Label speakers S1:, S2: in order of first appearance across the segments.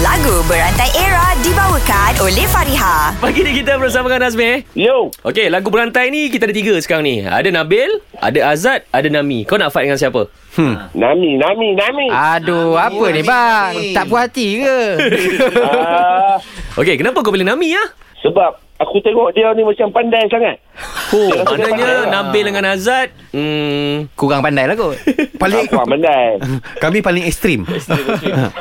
S1: Lagu Berantai Era dibawakan oleh Fariha.
S2: Pagi ni kita bersama dengan Nazmi. eh?
S3: Yo,
S2: Okey, lagu berantai ni kita ada tiga sekarang ni. Ada Nabil, ada Azad, ada Nami. Kau nak fight dengan siapa?
S3: Nami, Nami, Nami.
S4: Ah. Aduh, apa ni bang? Tak puas hati ke?
S3: Ah,
S2: Okey, kenapa kau pilih Nami ya?
S3: sebab aku tengok dia ni macam pandai sangat.
S2: Oh,
S3: Dia rasa dia
S2: maknanya
S3: pandai.
S2: Nabil dengan Azad, hmm,
S4: Kurang pandai lah kot.
S5: Paling
S3: Aku pandai.
S5: Kami paling ekstrim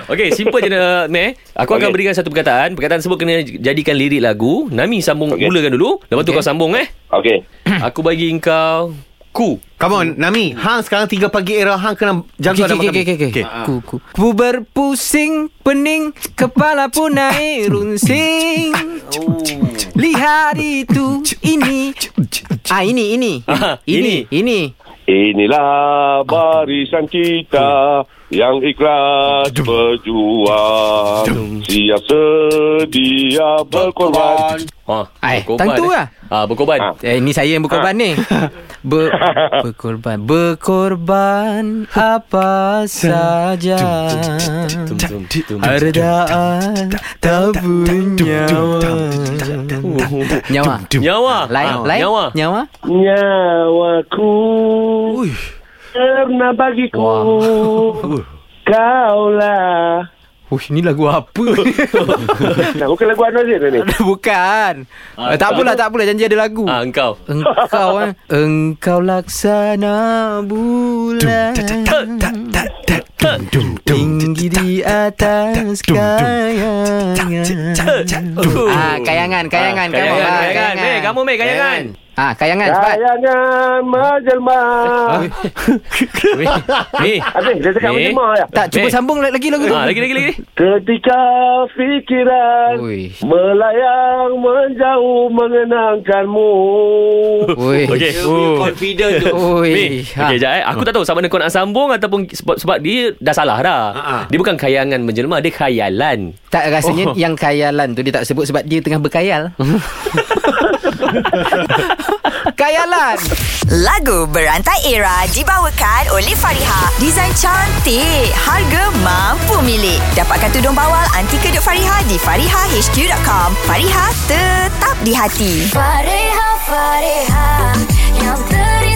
S2: Okey, simple je uh, Meh. Aku okay. akan
S3: Okey.
S2: berikan satu perkataan. Perkataan sebut kena jadikan lirik lagu. Nami sambung okay.
S3: Okey.
S2: mulakan dulu. Lepas tu
S4: Okey.
S2: kau sambung eh.
S3: Okey.
S2: Aku bagi engkau ku.
S5: Come on Nami Hang sekarang 3 pagi era Hang kena
S4: Okey, okey,
S5: jaga nama
S4: okey, okey,
S5: kami
S4: okey. Ku, ku. Ku berpusing, pening, kepala punai, runsing. Lihat itu, ini. Ah, ini, ini.
S2: Ah,
S4: Ini, ini.
S3: Inilah barisan kita yang ikhlas berjuang. Siap sedia berkorban.
S2: Ha,
S4: Ai,
S2: berkorban,
S4: tentu
S2: eh.
S4: lah.
S2: Ah, berkorban.
S3: Ah.
S4: Eh, ni saya yang berkorban ni. Ber, berkorban. Berkorban apa saja.
S2: Tum, tum, tum.
S4: Ardaan tak punya Nyawa
S2: Nyawa.
S4: Lain
S2: Ah,
S4: Lain
S2: Nyawa.
S4: Nyawa
S3: Nyawaku
S5: Ui.
S3: pernah bagiku. Kaulah.
S4: Uish ni lagu apa
S3: Nah, bukan lagu Anwazir ni.
S4: Bukan Eh, Tak apalah tak apalah Janji ada lagu
S2: Ah, engkau.
S4: Engkau eh. Engkau laksana bulan Tinggi di atas kayangan Ah,
S2: Kayangan,
S4: kayangan, kayangan,
S2: kayangan.
S4: kayangan,
S2: kayangan. Meh, kamu Meh, kayangan.
S4: Ah, kayangan
S3: Ya,
S4: cepat.
S3: Kayangan menjelma.
S2: Meh, Meh.
S3: Habis, dia cakap
S2: Eh.
S3: menjelma ya.
S4: Tak, cuba
S2: Meh.
S4: sambung lagi lagu tu.
S2: Ah, lagi, lagi, lagi.
S3: Ketika fikiran
S4: Ui.
S3: melayang menjauh mengenangkanmu.
S4: Ui.
S2: Okey. Oh.
S6: confident tu.
S4: Ui.
S2: Meh,
S4: Ha.
S2: okay, sekejap eh. Aku tak tahu sama ada kau nak sambung ataupun sebab, sebab dia dah salah dah.
S6: Ha,
S2: Dia bukan kayangan menjelma, dia khayalan.
S4: Tak rasanya oh. yang kayalan tu dia tak sebut sebab dia tengah berkayal. kayalan.
S1: Lagu Berantai Era dibawakan oleh Fariha. Desain cantik, harga mampu milik. Dapatkan tudung bawal anti kedut Fariha di farihahq.com. Fariha tetap di hati.
S7: Fareha, fareha, yang teri